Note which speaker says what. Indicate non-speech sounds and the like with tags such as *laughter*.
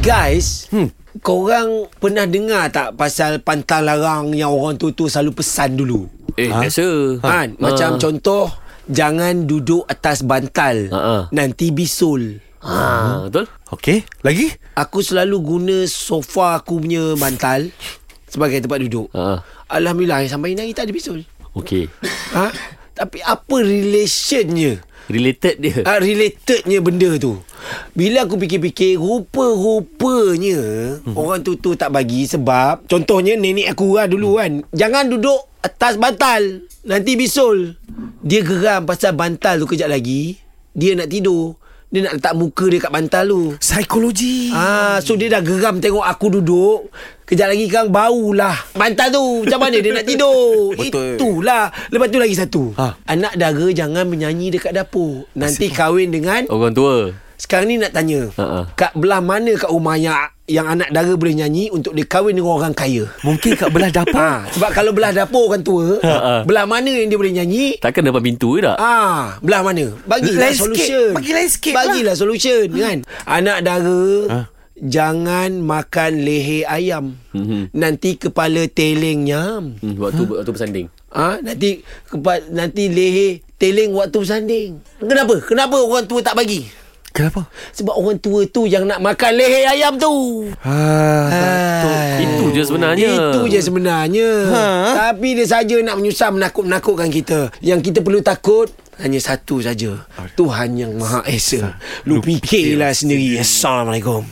Speaker 1: Guys, hmm. korang pernah dengar tak pasal pantang larang yang orang tu tu selalu pesan dulu?
Speaker 2: Eh, ha? biasa.
Speaker 1: Kan? Macam contoh, jangan duduk atas bantal.
Speaker 2: Ha, ha.
Speaker 1: Nanti bisul.
Speaker 2: Ha, betul?
Speaker 3: Okey, lagi?
Speaker 1: Aku selalu guna sofa aku punya bantal sebagai tempat duduk.
Speaker 2: Ha.
Speaker 1: Alhamdulillah, sampai hari ni tak ada bisul.
Speaker 2: Okey.
Speaker 1: Ha? Tapi apa relationnya?
Speaker 2: Related dia.
Speaker 1: *laughs* uh, relatednya benda tu. Bila aku fikir-fikir rupa-rupanya hmm. orang tu tu tak bagi sebab contohnya nenek aku lah dulu kan. Jangan duduk atas bantal. Nanti bisul. Dia geram pasal bantal tu kejap lagi. Dia nak tidur. Dia nak letak muka dia kat bantal tu.
Speaker 3: Psikologi.
Speaker 1: Ah, so dia dah geram tengok aku duduk. Kejap lagi kang baulah bantal tu. Macam mana dia nak tidur?
Speaker 3: *laughs* Betul.
Speaker 1: Itulah. Lepas tu lagi satu.
Speaker 3: Ha.
Speaker 1: Anak dara jangan menyanyi dekat dapur. Nanti kahwin dengan
Speaker 2: Orang tua.
Speaker 1: sekarang ni nak tanya.
Speaker 2: Ha, ha.
Speaker 1: Kat belah mana kat rumah yang yang anak dara boleh nyanyi untuk dia kahwin dengan orang kaya?
Speaker 3: Mungkin kat belah dapur. Ha,
Speaker 1: Ha, sebab kalau belah dapur orang tua, belah mana yang dia boleh nyanyi?
Speaker 2: Takkan depan pintu ke tak?
Speaker 1: Ah, belah mana?
Speaker 3: Lain
Speaker 1: Bagilah
Speaker 3: sikit.
Speaker 1: solution.
Speaker 3: Bagi lain sikit
Speaker 1: Bagilah solution kan. Anak dara jangan makan leher ayam.
Speaker 2: Mhm.
Speaker 1: Nanti kepala teleng nyam.
Speaker 2: Hmm, waktu waktu bersanding.
Speaker 1: Ah, nanti kepa, nanti leher teleng waktu bersanding. Kenapa? Kenapa orang tua tak bagi?
Speaker 3: Kenapa?
Speaker 1: Sebab orang tua tu yang nak makan leher ayam tu.
Speaker 3: Ah.
Speaker 1: Hai.
Speaker 2: Itu je sebenarnya.
Speaker 1: Itu je sebenarnya. Ha? Tapi dia saja nak menyusah menakut-menakutkan kita. Yang kita perlu takut hanya satu saja. Tuhan yang Maha Esa. Lu fikirlah sendiri. Assalamualaikum.